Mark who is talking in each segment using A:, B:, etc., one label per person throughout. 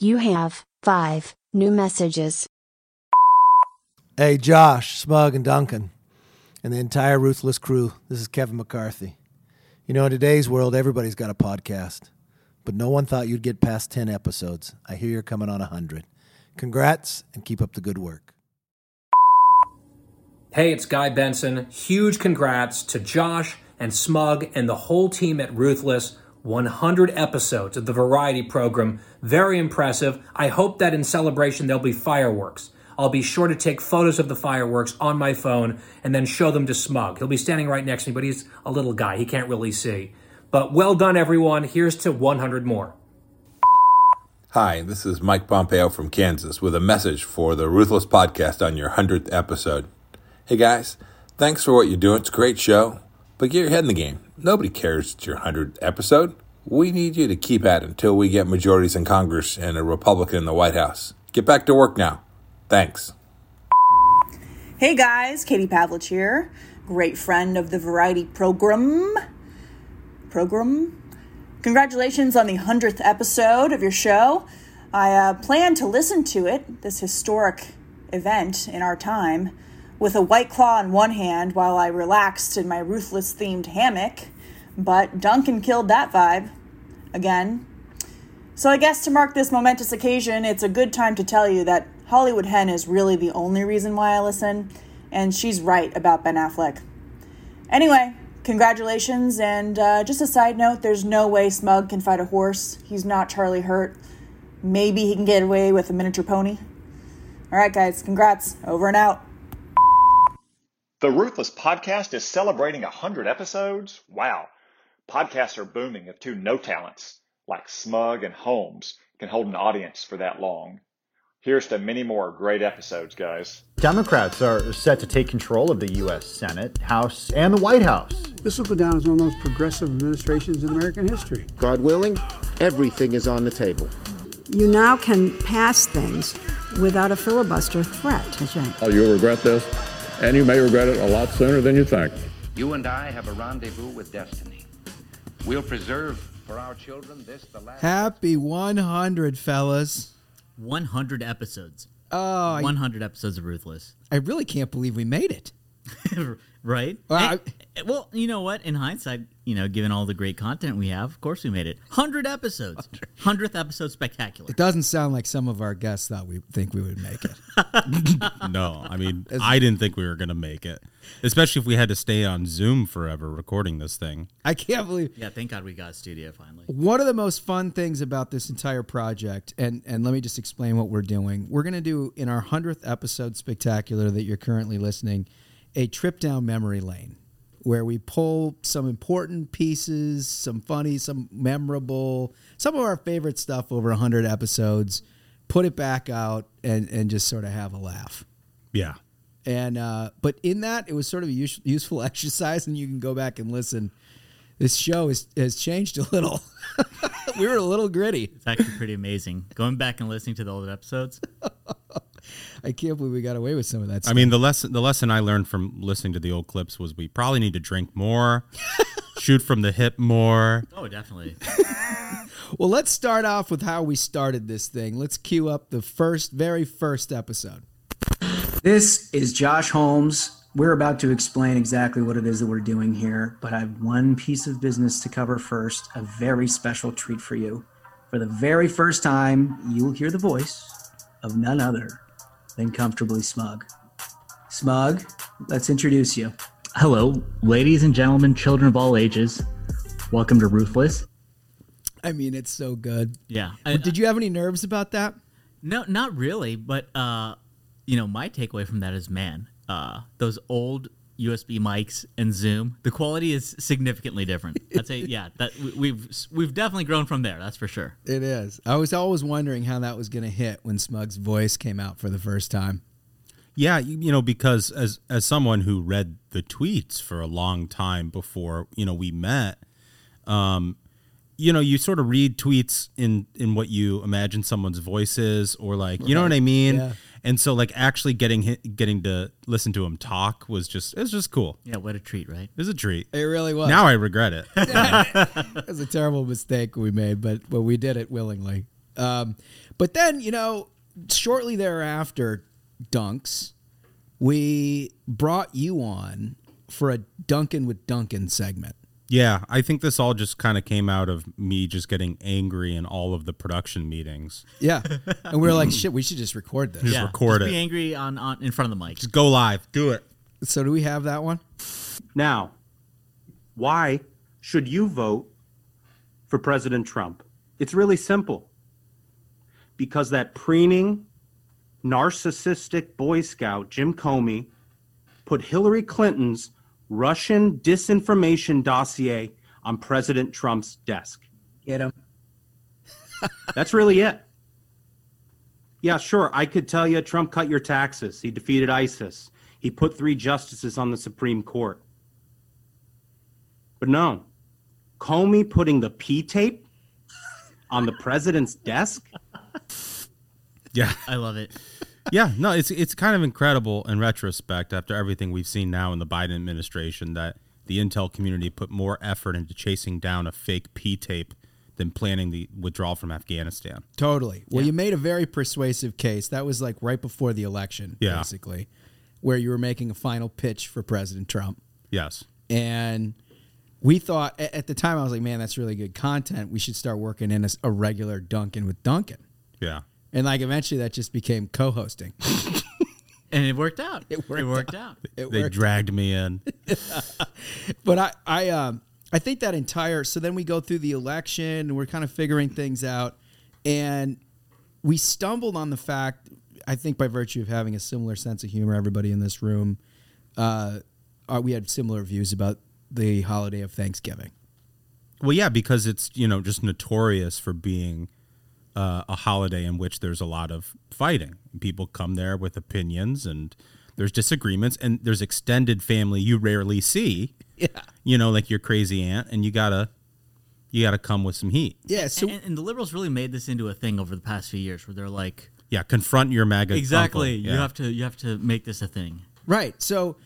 A: You have five new messages.
B: Hey, Josh, Smug, and Duncan, and the entire Ruthless crew, this is Kevin McCarthy. You know, in today's world, everybody's got a podcast, but no one thought you'd get past 10 episodes. I hear you're coming on 100. Congrats, and keep up the good work.
C: Hey, it's Guy Benson. Huge congrats to Josh and Smug and the whole team at Ruthless. 100 episodes of the variety program. Very impressive. I hope that in celebration there'll be fireworks. I'll be sure to take photos of the fireworks on my phone and then show them to Smug. He'll be standing right next to me, but he's a little guy. He can't really see. But well done, everyone. Here's to 100 more.
D: Hi, this is Mike Pompeo from Kansas with a message for the Ruthless Podcast on your 100th episode. Hey guys, thanks for what you're doing. It's a great show, but get your head in the game. Nobody cares it's your 100th episode. We need you to keep at it until we get majorities in Congress and a Republican in the White House. Get back to work now. Thanks.
E: Hey guys, Katie Pavlich here, great friend of the variety program. Program? Congratulations on the 100th episode of your show. I uh, plan to listen to it, this historic event in our time, with a white claw in one hand while I relaxed in my ruthless themed hammock, but Duncan killed that vibe. Again. So I guess to mark this momentous occasion, it's a good time to tell you that Hollywood Hen is really the only reason why I listen, and she's right about Ben Affleck. Anyway, congratulations, and uh, just a side note there's no way Smug can fight a horse. He's not Charlie Hurt. Maybe he can get away with a miniature pony. All right, guys, congrats. Over and out.
F: The Ruthless Podcast is celebrating 100 episodes? Wow. Podcasts are booming if two no talents like Smug and Holmes can hold an audience for that long. Here's to many more great episodes, guys.
G: Democrats are set to take control of the U.S. Senate, House, and the White House.
H: This will go down as one of the most progressive administrations in American history.
I: God willing, everything is on the table.
J: You now can pass things without a filibuster threat.
K: That's right. Oh, you'll regret this, and you may regret it a lot sooner than you think.
L: You and I have a rendezvous with destiny. We'll preserve for our children this, the last.
M: Happy 100, fellas.
N: 100 episodes.
M: Oh,
N: 100 I, episodes of Ruthless.
M: I really can't believe we made it.
N: right?
M: Well,
N: I, well, you know what? In hindsight, you know, given all the great content we have, of course we made it. 100 episodes. 100th episode spectacular.
M: It doesn't sound like some of our guests thought we think we would make it.
O: no, I mean, I didn't think we were going to make it, especially if we had to stay on Zoom forever recording this thing.
M: I can't believe.
N: Yeah, thank God we got a studio finally.
M: One of the most fun things about this entire project, and and let me just explain what we're doing. We're going to do in our hundredth episode spectacular that you're currently listening, a trip down memory lane, where we pull some important pieces, some funny, some memorable, some of our favorite stuff over hundred episodes put it back out and and just sort of have a laugh.
O: Yeah.
M: And uh, but in that, it was sort of a use, useful exercise, and you can go back and listen. This show is, has changed a little. we were a little gritty.
N: It's actually pretty amazing going back and listening to the old episodes.
M: I can't believe we got away with some of that. Stuff.
O: I mean, the lesson the lesson I learned from listening to the old clips was we probably need to drink more, shoot from the hip more.
N: Oh, definitely.
M: Well, let's start off with how we started this thing. Let's cue up the first, very first episode.
P: This is Josh Holmes. We're about to explain exactly what it is that we're doing here, but I have one piece of business to cover first, a very special treat for you. For the very first time, you'll hear the voice of none other than Comfortably Smug. Smug, let's introduce you.
N: Hello, ladies and gentlemen, children of all ages. Welcome to Ruthless.
M: I mean, it's so good.
N: Yeah. uh,
M: I, Did you have any nerves about that?
N: No, not really. But uh, you know, my takeaway from that is, man, uh, those old USB mics and Zoom, the quality is significantly different. I'd say, yeah, that we've we've definitely grown from there. That's for sure.
M: It is. I was always wondering how that was going to hit when Smug's voice came out for the first time.
O: Yeah, you know, because as as someone who read the tweets for a long time before you know we met, um, you know you sort of read tweets in in what you imagine someone's voice is or like you right. know what i mean yeah. and so like actually getting hit, getting to listen to him talk was just it was just cool
N: yeah what a treat right
O: it was a treat
M: it really was
O: now i regret it
M: it was a terrible mistake we made but but we did it willingly um, But then, you know, shortly thereafter, Dunks, we brought you on for a Duncan with Duncan segment.
O: Yeah, I think this all just kind of came out of me just getting angry in all of the production meetings.
M: Yeah. And we were like, shit, we should just record this.
O: Just record
N: just
O: it.
N: Be angry on, on in front of the mic.
O: Just go live. Do it.
M: So do we have that one?
Q: Now, why should you vote for President Trump? It's really simple. Because that preening, narcissistic Boy Scout, Jim Comey, put Hillary Clinton's Russian disinformation dossier on President Trump's desk.
P: Get him.
Q: That's really it. Yeah, sure. I could tell you Trump cut your taxes. He defeated ISIS. He put three justices on the Supreme Court. But no, Comey putting the P tape on the president's desk?
O: Yeah.
N: I love it.
O: yeah, no, it's it's kind of incredible in retrospect after everything we've seen now in the Biden administration that the intel community put more effort into chasing down a fake P tape than planning the withdrawal from Afghanistan.
M: Totally. Well, you made a very persuasive case. That was like right before the election,
O: Yeah.
M: basically, where you were making a final pitch for President Trump.
O: Yes.
M: And we thought a- at the time, I was like, man, that's really good content. We should start working in a, s- a regular Duncan with Duncan.
O: Yeah.
M: And like eventually that just became co hosting.
N: and it worked out. It
M: worked,
N: out.
M: It
O: they
M: worked.
O: dragged me in.
M: but I, I, um, I think that entire. So then we go through the election, and we're kind of figuring things out, and we stumbled on the fact. I think by virtue of having a similar sense of humor, everybody in this room, uh, uh, we had similar views about the holiday of Thanksgiving.
O: Well, yeah, because it's you know just notorious for being uh, a holiday in which there's a lot of fighting. People come there with opinions and there's disagreements and there's extended family you rarely see.
M: Yeah,
O: you know, like your crazy aunt, and you gotta you gotta come with some heat.
M: Yeah.
N: So and, and the liberals really made this into a thing over the past few years, where they're like,
O: Yeah, confront your MAGA.
N: exactly,
O: uncle.
N: you
O: Yeah.
N: have to you have to make this a thing.
M: Right. So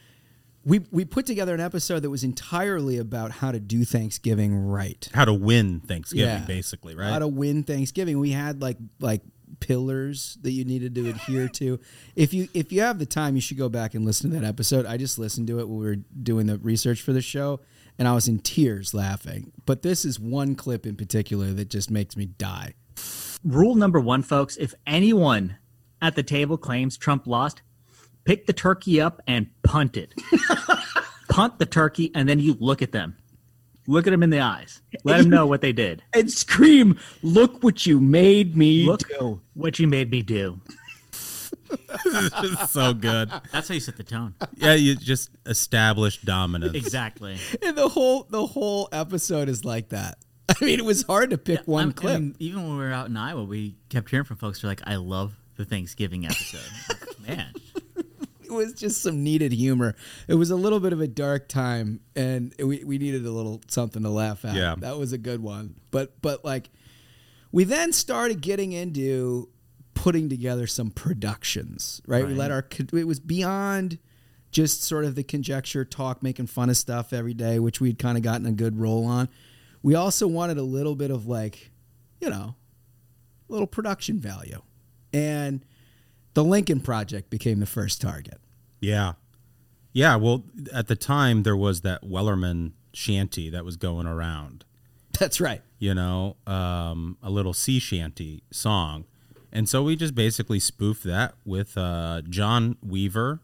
M: we we put together an episode that was entirely about how to do Thanksgiving right.
O: how to win Thanksgiving,
M: Yeah.
O: basically, right?
M: How to win Thanksgiving. We had like like pillars that you needed to adhere to. If you if you have the time, you should go back and listen to that episode. I just listened to it when we were doing the research for the show and I was in tears laughing. But this is one clip in particular that just makes me die.
R: Rule number one, folks if anyone at the table claims Trump lost, pick the turkey up and punt it. punt the turkey, and then you look at them. Look at them in the eyes. Let them know what they did.
P: And scream, look what you made me
R: Look
P: do.
R: what you made me do.
O: so good.
N: That's how you set the tone.
O: yeah, you just establish dominance.
N: Exactly.
M: And the whole the whole episode is like that. I mean, it was hard to pick one
N: I'm-
M: clip.
N: and even when we were out in Iowa, we kept hearing from folks who are like, "I love the Thanksgiving episode." Man,
M: it was just some needed humor. It was a little bit of a dark time, and we, we needed a little something to laugh at.
O: Yeah.
M: that was a good one. But but like, we then started getting into putting together some productions. Right, we
N: Right.
M: let our con- it was beyond just sort of the conjecture talk, making fun of stuff every day, which we'd kind of gotten a good roll on. We also wanted a little bit of like, you know, little production value, and the Lincoln Project became the first target.
O: Yeah. Yeah. Well, at the time, there was that Wellerman shanty that was going around,
M: That's right.
O: you know, um, a little sea shanty song. And so we just basically spoofed that with uh, John Weaver,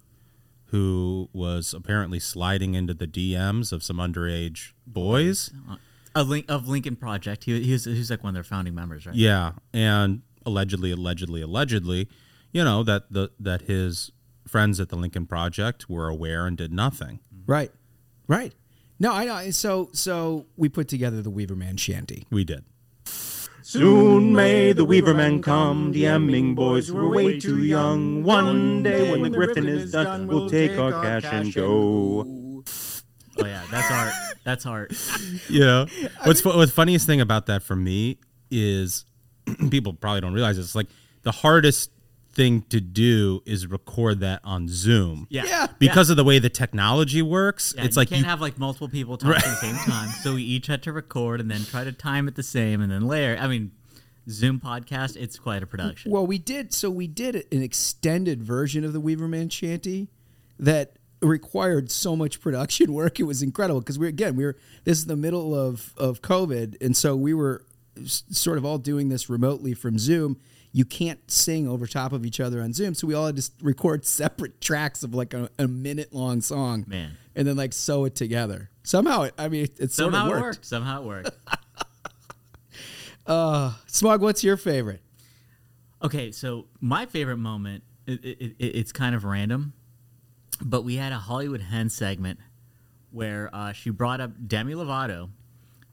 O: who was apparently sliding into the DMs of some underage boys.
N: a link of Lincoln Project. He, he was he's like one of their founding members, right?
O: Yeah, and allegedly, allegedly, allegedly, you know that the that his friends at the Lincoln Project were aware and did nothing.
M: Right. Right. No, I know. So so we put together the Weaverman shanty.
O: We did.
Q: Soon may the Weaverman come, the Emming boys were way too young. One day when the grifting is done, we'll take our cash and go.
N: Oh yeah, that's art. That's art.
O: you know what's fu- what's funniest thing about that for me is people probably don't realize it's like the hardest thing to do is record that on Zoom.
N: Yeah. Yeah.
O: Because of the way the technology works,
N: Yeah,
O: it's
N: you
O: like
N: can't
O: you,
N: have like multiple people talking at the same time, so we each had to record and then try to time it the same and then layer. I mean, Zoom podcast. It's quite a production.
M: Well, we did so we did an extended version of the Weaverman Shanty that required so much production work. It was incredible because we again we were this is the middle of of COVID, and so we were s- sort of all doing this remotely from Zoom. You can't sing over top of each other on Zoom, so we all had to s- record separate tracks of like a, a minute long song,
N: Man.
M: and then like sew it together. Somehow, it, I mean, it, it sort
N: Somehow
M: of
N: it
M: worked.
N: worked. Somehow it worked.
M: Uh, Smog, what's your favorite?
N: Okay, so my favorite moment, it, it, it, it's kind of random, but we had a Hollywood Hen segment where uh, she brought up Demi Lovato.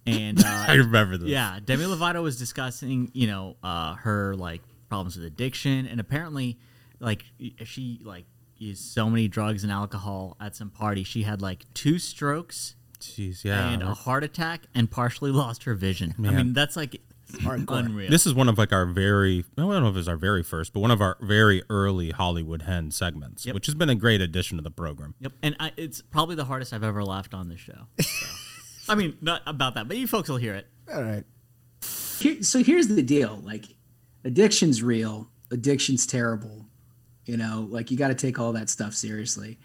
N: And uh,
O: I remember this.
N: Yeah, Demi Lovato was discussing, you know, uh, her like problems with addiction, and apparently, like she like used so many drugs and alcohol at some party. She had like two strokes,
O: Jeez, yeah.
N: and a heart attack, and partially lost her vision. I
O: Man.
N: mean, that's like unreal.
O: This is one of like our very I don't know if it was our very first, but one of our very early Hollywood Hen segments,
N: Yep.
O: which has been a great addition to the program.
N: Yep, and I, it's probably the hardest I've ever laughed on this show. so. I mean, not about that, but you folks will hear it.
M: All right.
P: Here, so here's the deal: like, addiction's real. Addiction's terrible. You know, like you got to take all that stuff seriously.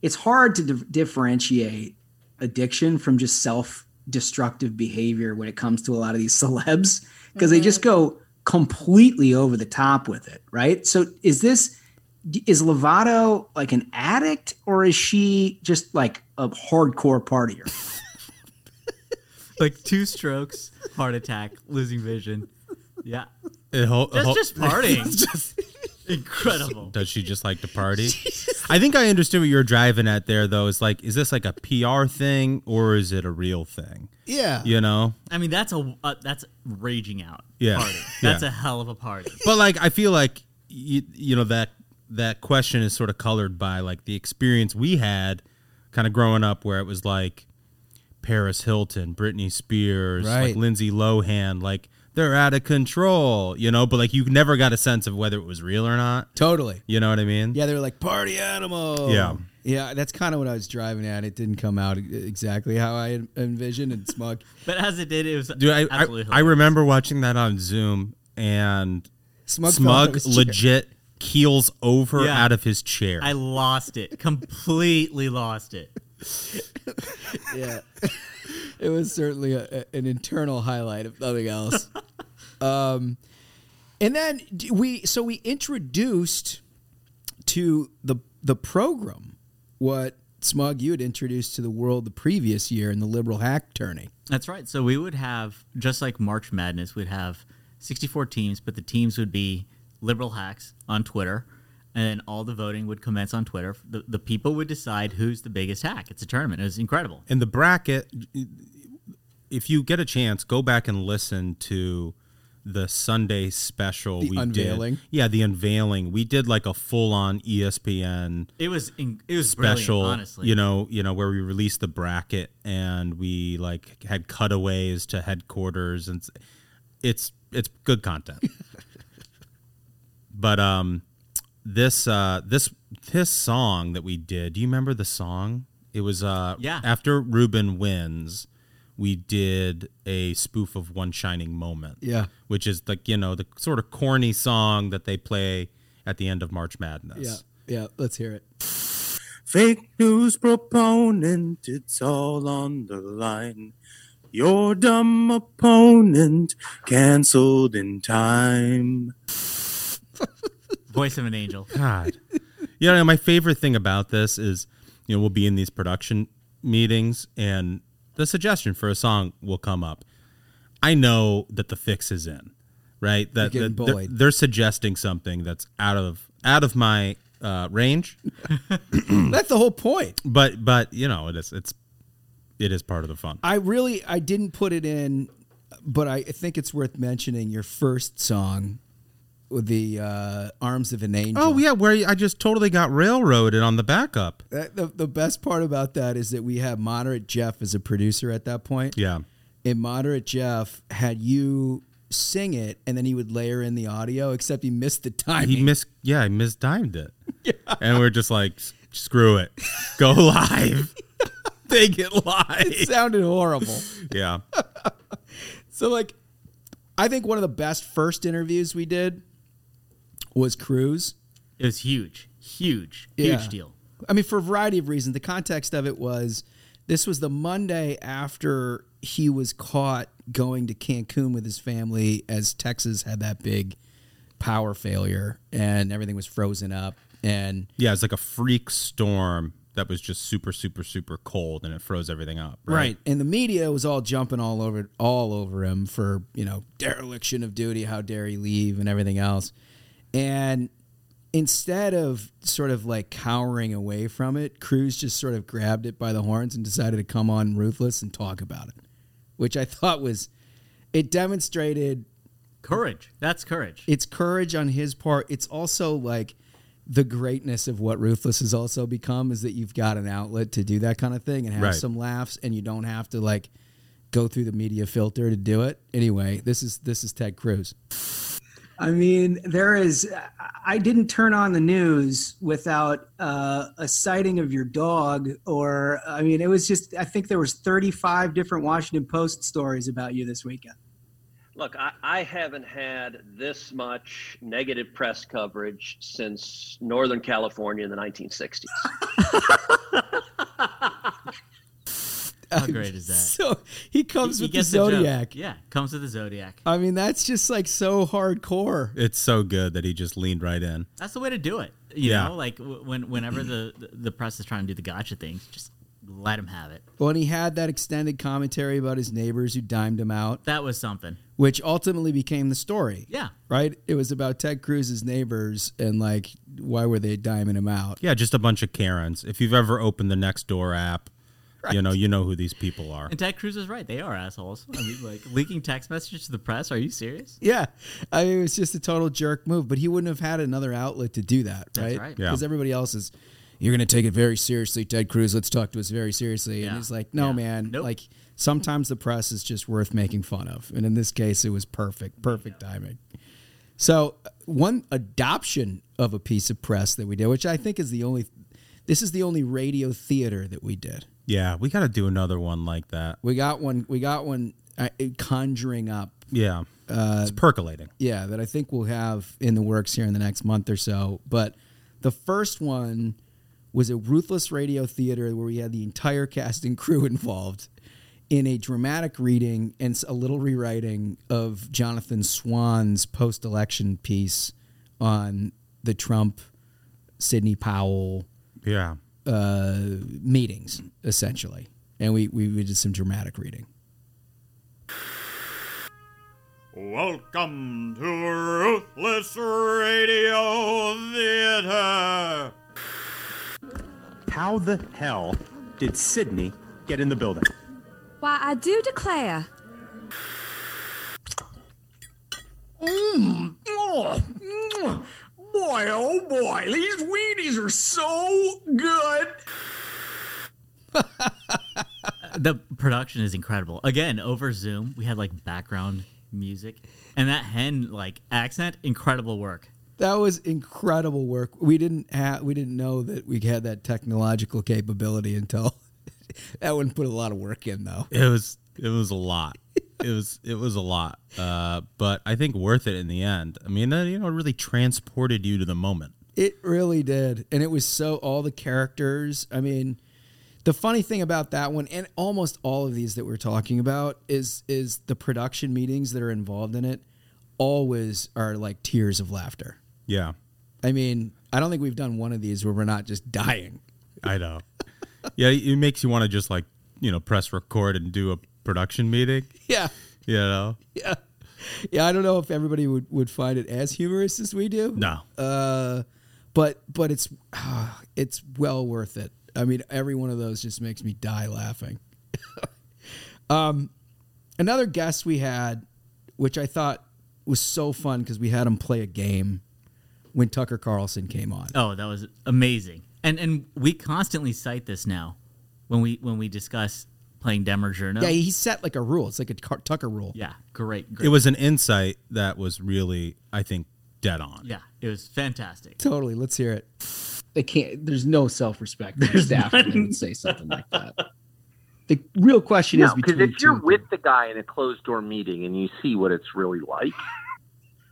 P: It's hard to di- differentiate addiction from just self-destructive behavior when it comes to a lot of these celebs because they just go completely over the top with it, right? So is this is Lovato like an addict or is she just like a hardcore partier?
N: Like two strokes, heart attack, losing vision. Yeah,
O: It ho-
N: that's
O: ho-
N: just partying. incredible.
O: Does she just like to party? I think I understood what you're driving at there though. Is like is this like a PR thing or is it a real thing?
N: Yeah.
O: You know?
N: I mean, that's a uh, that's raging out.
O: Yeah.
N: party. that's
O: Yeah.
N: a hell of a party.
O: but like I feel like you, you know that that question is sort of colored by like the experience we had kind of growing up where it was like Paris Hilton, Britney Spears,
M: Right.
O: like Lindsay Lohan, like they're out of control, you know, but like you never got a sense of whether it was real or not.
M: Totally.
O: You know what I mean?
M: Yeah, they were like party animal.
O: Yeah.
M: yeah, that's kind of what I was driving at. It didn't come out e-, exactly how I en- envisioned. And smug.
N: But as it did, it was
O: Dude, I, I,
N: absolutely.
O: I remember watching that on Zoom and
M: Smug
O: Smug,
M: fell out of his chair.
O: legit keels over
N: Yeah.
O: out of his chair.
N: I lost it. Completely lost it.
M: yeah, it was certainly a, a- an internal highlight, if nothing else. um, and then d- we so we introduced to the the program what Smug you had introduced to the world the previous year in the liberal hack tourney.
N: That's right. So we would have just like March Madness, we'd have 64 teams, but the teams would be liberal hacks on Twitter, and then all the voting would commence on Twitter. The, the people would decide who's the biggest hack. It's a tournament. It was incredible.
O: in the bracket if you get a chance go back and listen to the sunday special
M: The
O: we
M: unveiling?
O: did yeah the unveiling we did like a full-on E espn
N: It was in, it was
O: special
N: brilliant, honestly.
O: you know you know where we released the bracket and we like had cutaways to headquarters and s- it's it's good content but um this uh this this song that we did do you remember the song it was uh
N: Yeah.
O: after ruben wins we did a spoof of one shining moment
M: Yeah.
O: which is like you know the sort of corny song that they play at the end of march madness
M: Yeah, yeah. Let's hear it.
Q: Fake news proponent, it's all on the line. Your dumb opponent canceled in time.
N: Voice of an angel.
O: God. You know, my favorite thing about this is, you know, we'll be in these production meetings and the suggestion for a song will come up. I know that the fix is in, right? That,
M: You're getting
O: that they're,
M: bullied.
O: they're suggesting something that's out of out of my uh, range,
M: That's the whole point.
O: but but you know, it is it's it is part of the fun.
M: I really I didn't put it in, but I think it's worth mentioning your first song, with the uh, arms of an angel.
O: Oh yeah, where I just totally got railroaded on the backup.
M: That- the, the best part about that is that we had moderate Jeff as a producer at that point.
O: Yeah.
M: And moderate Jeff had you sing it, and then he would layer in the audio. Except he missed the timing.
O: he missed yeah, he misdimed it. And we're just like, screw it. Go live. Take it live.
M: it sounded horrible.
O: Yeah.
M: So like, I think one of the best first interviews we did was Cruz.
N: It was huge, huge,
M: Yeah.
N: huge deal.
M: I mean, for a variety of reasons. The context of it was this was the Monday after he was caught going to Cancun with his family as Texas had that big power failure and everything was frozen up. And
O: Yeah, it's like a freak storm that was just super, super, super cold, and it froze everything up.
M: Right.
O: Right.
M: And the media was all jumping all over all over him for, you know, dereliction of duty, how dare he leave and everything else. And instead of sort of like cowering away from it, Cruz just sort of grabbed it by the horns and decided to come on ruthless and talk about it. Which I thought was it demonstrated
N: Courage. That's courage.
M: it's courage on his part. It's also like the greatness of what Ruthless has also become is that you've got an outlet to do that kind of thing and have
O: Right.
M: some laughs and you don't have to like go through the media filter to do it. Anyway, this is this is Ted Cruz.
P: I mean, there is. I didn't turn on the news without uh, a sighting of your dog, or I mean, it was just. I think there was 35 different Washington Post stories about you this weekend.
S: Look, I, I haven't had this much negative press coverage since Northern California in the 1960s.
N: How great is that?
M: So he comes
N: He
M: with the
N: gets joke.
M: Zodiac.
N: yeah, comes with the zodiac.
M: I mean, that's just like so hardcore.
O: It's so good that he just leaned right in.
N: That's the way to do it. You
O: Yeah.
N: know, like w- when whenever the the- the press is trying to do the gotcha things, just let him have it.
M: When he had that extended commentary about his neighbors who dimed him out.
N: That was something.
M: Which ultimately became the story.
N: Yeah.
M: Right? It was about Ted Cruz's neighbors and like why were they diming him out?
O: Yeah, just a bunch of Karens. If you've ever opened the Next Door app, you
N: Right.
O: know you know who these people are.
N: And Ted Cruz is right. They are assholes. I mean, like leaking text messages to the press. Are you serious?
M: Yeah, I mean, it was just a total jerk move, but he wouldn't have had another outlet to do that,
N: That's
M: right?
N: right. Yeah.
M: Because everybody else is, you're going to take it very seriously, Ted Cruz. Let's talk to us very seriously. And
N: Yeah.
M: he's like, no, man. Like sometimes the press is just worth making fun of, and in this case, it was perfect, perfect timing. So uh, one adoption of a piece of press that we did, which I think is the only, this is the only radio theater that we did.
O: Yeah, we got to do another one like that.
M: We got one. We got one uh, conjuring up.
O: Yeah.
M: uh,
O: It's percolating.
M: Yeah, that I think we'll have in the works here in the next month or so. But the first one was a ruthless radio theater where we had the entire cast and crew involved in a dramatic reading and s- a little rewriting of Jonathan Swan's post-election piece on the Trump Sidney Powell
O: Yeah.
M: uh, meetings essentially, and we we we did some dramatic reading.
Q: Welcome to Ruthless Radio Theater. How the hell did Sydney get in the building?
T: Why, I do declare.
U: Mmm. Oh, mm. boy, oh boy, these Wheaties are so good.
N: The production is incredible. Again, over Zoom, we had like background music, and that hen like accent, incredible work.
M: That was incredible work. We didn't have we didn't know that we had that technological capability until that one put a lot of work in though.
O: It was it was a lot. It was it was a lot. Uh, but I think worth it in the end. I mean, that, you know, it really transported you to the moment.
M: It really did. And it was so all the characters. I mean, the funny thing about that one and almost all of these that we're talking about is is the production meetings that are involved in it always are like tears of laughter.
O: Yeah.
M: I mean, I don't think we've done one of these where we're not just dying.
O: I know. yeah, it makes you want to just like, you know, press record and do a production meeting.
M: Yeah.
O: You know.
M: yeah. Yeah, I don't know if everybody would, would find it as humorous as we do.
O: No.
M: Uh, but but it's it's well worth it. I mean, every one of those just makes me die laughing. um, another guest we had, which I thought was so fun because we had him play a game when Tucker Carlson came on.
C: Uh-huh.
N: Oh, that was amazing. And and we constantly cite this now when we when we discuss playing Demergerno.
M: Yeah, he set like a rule. It's like a Car- Tucker rule.
N: Yeah, great, great.
O: It was an insight that was really, I think, dead on.
N: yeah, it was fantastic.
M: Totally. Let's hear it.
V: They can't. There's no self-respect. There's staff when they would say something like that.
P: The real question is
C: because
P: between
C: if
P: the
C: you're
P: two.
C: with the guy in a closed door meeting and you see what it's really like,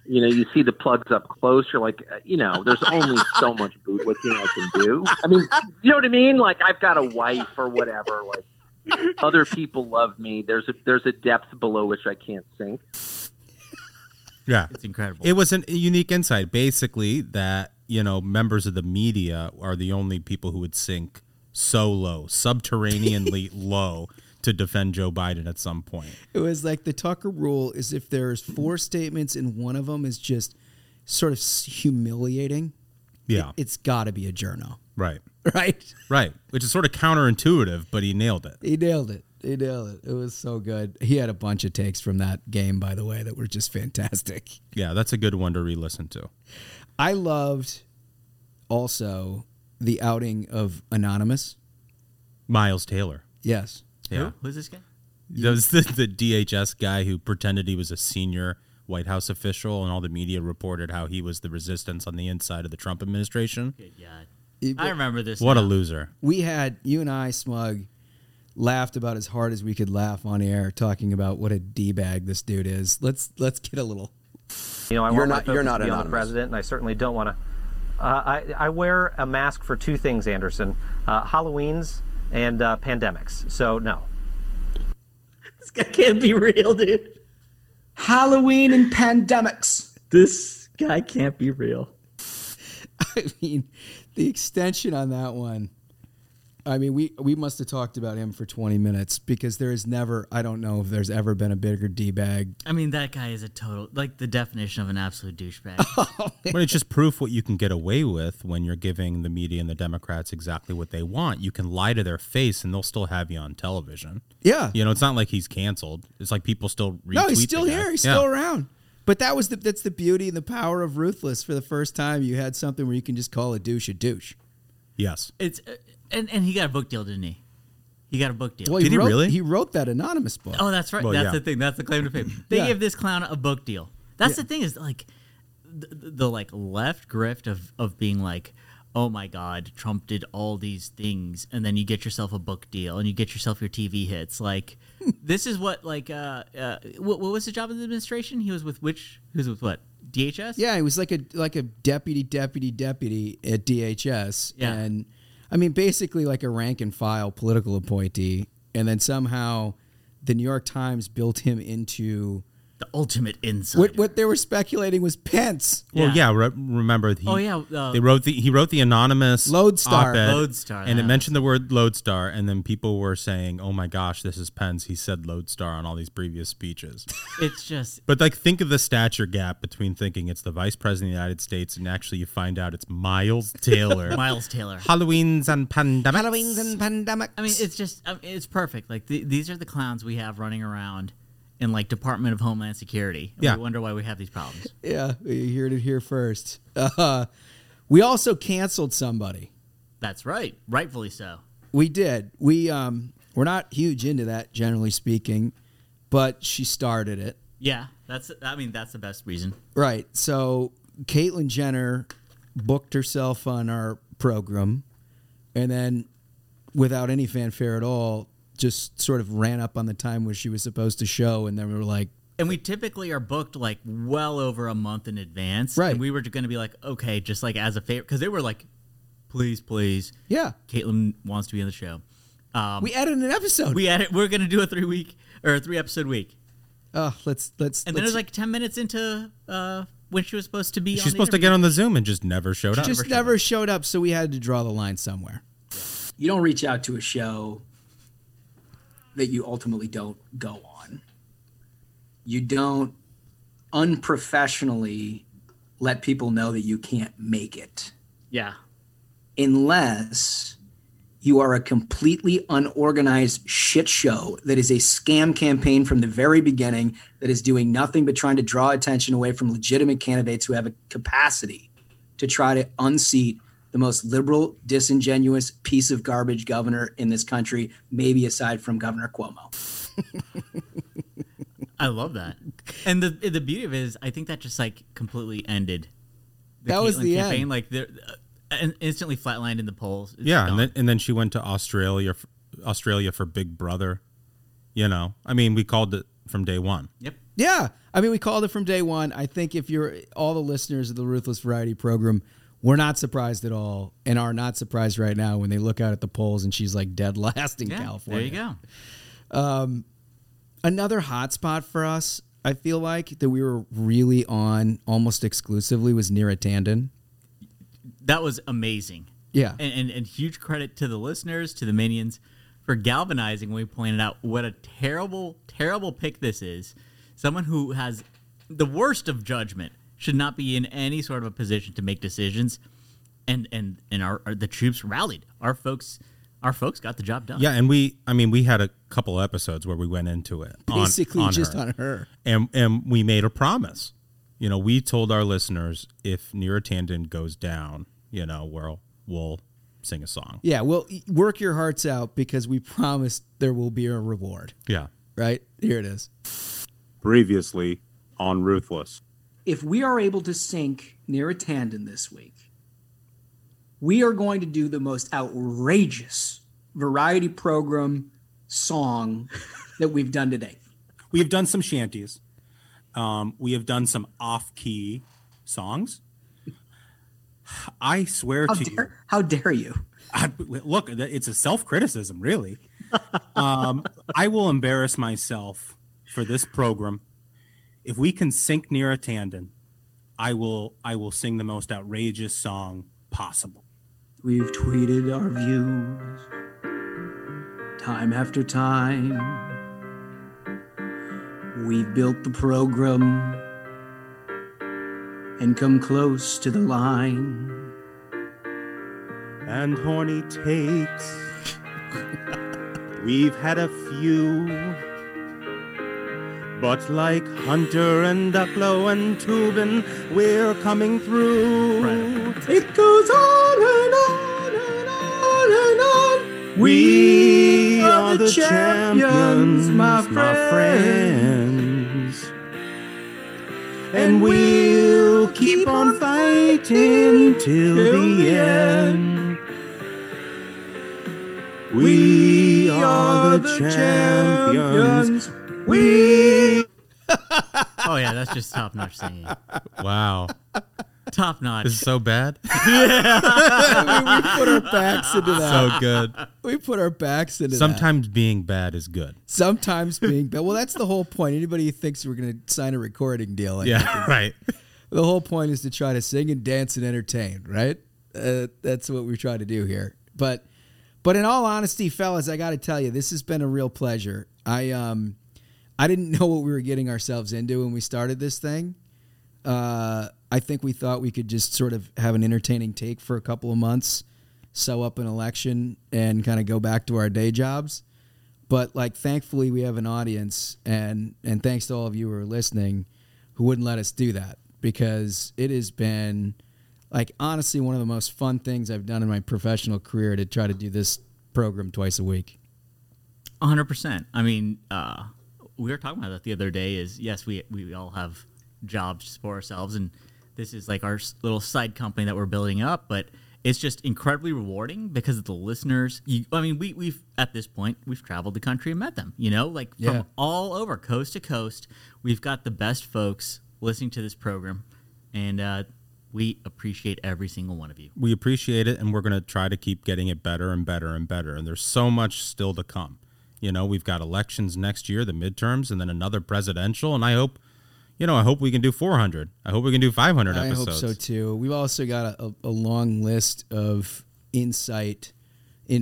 C: you know, you see the plugs up close. You're like, uh, you know, there's only so much boot looking I can do. I mean, you know what I mean? Like I've got a wife or whatever. Like other people love me. There's a there's a depth below which I can't sink.
O: Yeah.
E: It's incredible.
O: It was an, a unique insight, basically, that, you know, members of the media are the only people who would sink so low, subterraneanly low, to defend Joe Biden at some point.
M: It was like the Tucker rule is if there's four statements and one of them is just sort of s- humiliating.
O: Yeah.
M: it, has got to be a journo,
O: Right.
M: right?
O: Right. Which is sort of counterintuitive, but he nailed it.
M: He nailed it. He nailed it. It was so good. He had a bunch of takes from that game, by the way, that were just fantastic.
O: Yeah, that's a good one to re listen to.
M: I loved also the outing of Anonymous.
O: Miles Taylor.
M: Yes.
O: Yeah.
E: Who's this guy?
O: That was the, the DHS guy who pretended he was a senior White House official, and all the media reported how he was the resistance on the inside of the Trump administration.
E: Yeah.
M: It-
E: I remember this.
O: What a
E: now.
O: loser.
M: We had you and I, Smug, laughed about as hard as we could laugh on air, talking about what a d bag this dude is. Let's let's get a little.
W: You know, I
X: You're
W: want
X: not-
W: my focus
X: you're not
W: to be on the
X: anonymous.
W: president, and I certainly don't want to. Uh, I, I wear a mask for two things, Anderson: uh, Halloween's and uh, pandemics. So no.
P: This guy can't be real, dude. Halloween and pandemics. This guy can't be real.
M: I mean, the extension on that one. I mean, we we must have talked about him for twenty minutes because there is never. I don't know if there's ever been a bigger d bag.
E: I mean, that guy is a total, like the definition of an absolute douchebag.
O: But it's just proof what you can get away with when you're giving the media and the Democrats exactly what they want. You can lie to their face and they'll still have you on television.
M: Yeah.
O: You know, it's not like he's canceled. It's like people still retweet.
M: No, he's
O: the
M: still
O: guy.
M: here. He's
O: Yeah.
M: still around. But that was the that's the beauty and the power of ruthless. For the first time, you had something where you can just call a douche a douche.
O: Yes.
E: It's uh, and and he got a book deal, didn't he? He got a book deal.
M: Well, he wrote, He wrote that anonymous book.
E: Oh, that's right. that's the thing. That's the claim to fame. They
M: Yeah.
E: gave this clown a book deal. That's
M: Yeah.
E: the thing is like the, the like left grift of of being like, oh my god, Trump did all these things, and then you get yourself a book deal and you get yourself your TV hits. Like this is what like uh, uh what, what was his job in the administration? He was with which? He was with what? DHS.
M: Yeah, he was like a like a deputy deputy deputy at DHS.
E: Yeah.
M: And I mean basically like a rank and file political appointee and then somehow the New York Times built him into
E: the ultimate insider.
M: What, what they were speculating was Pence.
O: Well, yeah. re- remember, he,
E: Oh, yeah, uh,
O: they wrote the he wrote the anonymous
M: Lodestar.
O: op-ed,
E: Lodestar,
O: and it
E: that
O: mentioned the word lodestar, and then people were saying, "Oh my gosh, this is Pence. He said lodestar on all these previous speeches."
E: It's just
O: But like, think of the stature gap between thinking it's the vice president of the United States and actually you find out it's Miles Taylor.
E: Miles Taylor.
O: Halloween's and pandemics.
M: pandemic.
E: I mean, it's just I mean, it's perfect. Like th- these are the clowns we have running around in like Department of Homeland Security. And
M: Yeah.
E: We wonder why we have these problems.
M: Yeah, you heard it here first. Uh, we also canceled somebody.
E: That's right. Rightfully so.
M: We did. We um we're not huge into that generally speaking, but she started it.
E: Yeah. That's. I mean, that's the best reason.
M: Right. So Caitlyn Jenner booked herself on our program and then without any fanfare at all, just sort of ran up on the time where she was supposed to show and then we were like,
E: And we typically are booked like well over a month in advance.
M: Right.
E: And we were going to be like, okay, just like as a favor, because they were like, please, please.
M: Yeah.
E: Caitlin wants to be on the show. Um,
M: We added an episode.
E: We edit. We're going to do a three week or a three episode week.
M: Oh, let's let's
E: And then it was
M: let's-
E: like ten minutes into uh, when she was supposed to be.
O: She's
E: on the
O: supposed to
E: interview.
O: get on the Zoom and just never showed
M: she
O: up.
M: just never showed up, so we had to draw the line somewhere.
P: You don't reach out to a show that you ultimately don't go on. You don't unprofessionally let people know that you can't make it.
E: Yeah.
P: unless you are a completely unorganized shit show that is a scam campaign from the very beginning that is doing nothing but trying to draw attention away from legitimate candidates who have a capacity to try to unseat the most liberal, disingenuous piece of garbage governor in this country, maybe aside from Governor Cuomo.
E: I love that. And the the beauty of it is, I think that just like completely ended.
M: That was the
E: campaign.
M: end.
E: Like, they're, uh, and instantly flatlined in the polls. It's
O: Yeah,
E: gone.
O: and then, and then she went to Australia f- Australia for Big Brother. You know, I mean, we called it from day one.
N: Yep.
M: Yeah. I mean, we called it from day one. I think if you're all the listeners of the Ruthless Variety program, we're not surprised at all and are not surprised right now when they look out at the polls and she's like dead last in
N: Yeah,
M: California.
N: there you
M: go. Um, another hot spot for us, I feel like, that we were really on almost exclusively was Neera Tandon.
N: That was amazing.
M: Yeah.
N: And, and, and huge credit to the listeners, to the minions for galvanizing when we pointed out what a terrible, terrible pick this is. Someone who has the worst of judgment should not be in any sort of a position to make decisions. And and, and our, our the troops rallied. Our folks our folks got the job done.
O: Yeah, and we I mean we had a couple episodes where we went into it. on-
M: Basically just on her.
O: And and we made a promise. You know, we told our listeners if Neera Tandon goes down, you know, we'll we'll sing a song.
M: Yeah. Well, work your hearts out because we promised there will be a reward.
O: Yeah.
M: Right? Here it is.
Q: Previously on Ruthless.
P: if we are able to sink near a tandem this week, we are going to do the most outrageous variety program song that we've done today.
Q: We have done some shanties. Um, we have done some off-key songs. I swear
P: How
Q: to you.
P: How dare you?
Q: I, look, it's a self-criticism, really. um, I will embarrass myself for this program. If we can sync near a tandem, I will. I will sing the most outrageous song possible.
P: We've tweeted our views time after time. We've built the program and come close to the line.
Q: and horny takes. We've had a few, but like Hunter and Ducklow and Tubin, we're coming through. It goes on and on and on and on. We are the champions, my friends. And we'll keep on fighting till the end. We are the champions. We.
N: oh yeah, that's just top notch singing.
O: Wow.
N: Top notch.
O: This is so bad.
M: we, we put our backs into that.
O: So good.
M: We put our backs into that.
O: Sometimes being bad is good.
M: Sometimes being bad. Well, that's the whole point. Anybody who thinks we're going to sign a recording deal, I
O: Yeah,
M: think is-
O: right.
M: The whole point is to try to sing and dance and entertain, right? Uh, that's what we try to do here. But, but in all honesty, fellas, I got to tell you, this has been a real pleasure. I um, I didn't know what we were getting ourselves into when we started this thing. Uh, I think we thought we could just sort of have an entertaining take for a couple of months, sew up an election, and kind of go back to our day jobs. But like, thankfully, we have an audience, and and thanks to all of you who are listening, who wouldn't let us do that because it has been like honestly one of the most fun things I've done in my professional career to try to do this program twice a week.
N: hundred percent. I mean, uh, we were talking about that the other day. Is yes, we we all have jobs for ourselves, and this is like our s- little side company that we're building up. But it's just incredibly rewarding because of the listeners. You, I mean, we we've at this point we've traveled the country and met them. You know, like from
M: Yeah.
N: all over, coast to coast. We've got the best folks listening to this program, and uh, we appreciate every single one of you.
O: we appreciate it and we're going to try to keep getting it better and better and better and there's so much still to come you know we've got elections next year the midterms and then another presidential and i hope you know i hope we can do 400 i hope we can do 500
M: I hope
O: episodes
M: so too. We've also got a, a, a long list of insight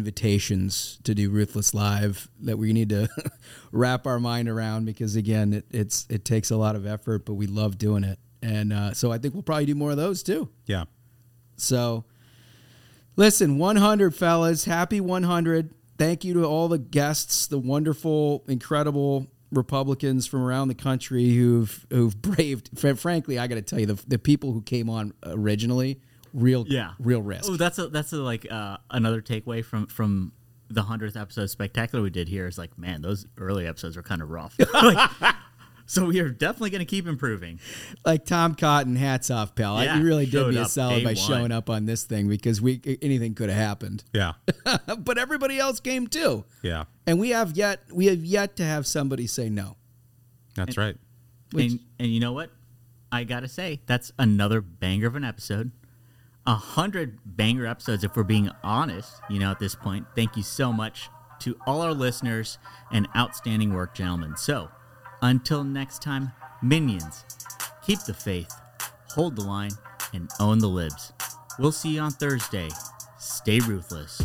M: invitations to do Ruthless Live that we need to wrap our mind around because again, it, it's it takes a lot of effort, but we love doing it, and uh, so I think we'll probably do more of those too.
O: yeah
M: So, listen, 100 fellas, happy 100. Thank you to all the guests, the wonderful, incredible Republicans from around the country who've who've braved. fr- Frankly, I got to tell you, the, the people who came on originally, real
N: yeah
M: real risk.
N: Oh, that's a that's a like uh, another takeaway from from the hundredth episode spectacular we did here is like man those early episodes were kind of rough. Like, So we are definitely going to keep improving.
M: Like Tom Cotton, hats off, pal.
N: Yeah,
M: you really did
N: showed
M: me a
N: up
M: solid
N: day
M: by
N: one.
M: showing up on this thing because we anything could have happened.
O: Yeah.
M: but everybody else came too.
O: Yeah.
M: And we have yet we have yet to have somebody say no.
O: That's right.
M: Which-
N: and and you know what? I gotta say that's another banger of an episode. A hundred banger episodes, if we're being honest. You know, at this point, thank you so much to all our listeners and outstanding work, gentlemen. So, until next time, minions, keep the faith, hold the line, and own the libs. We'll see you on Thursday. Stay ruthless.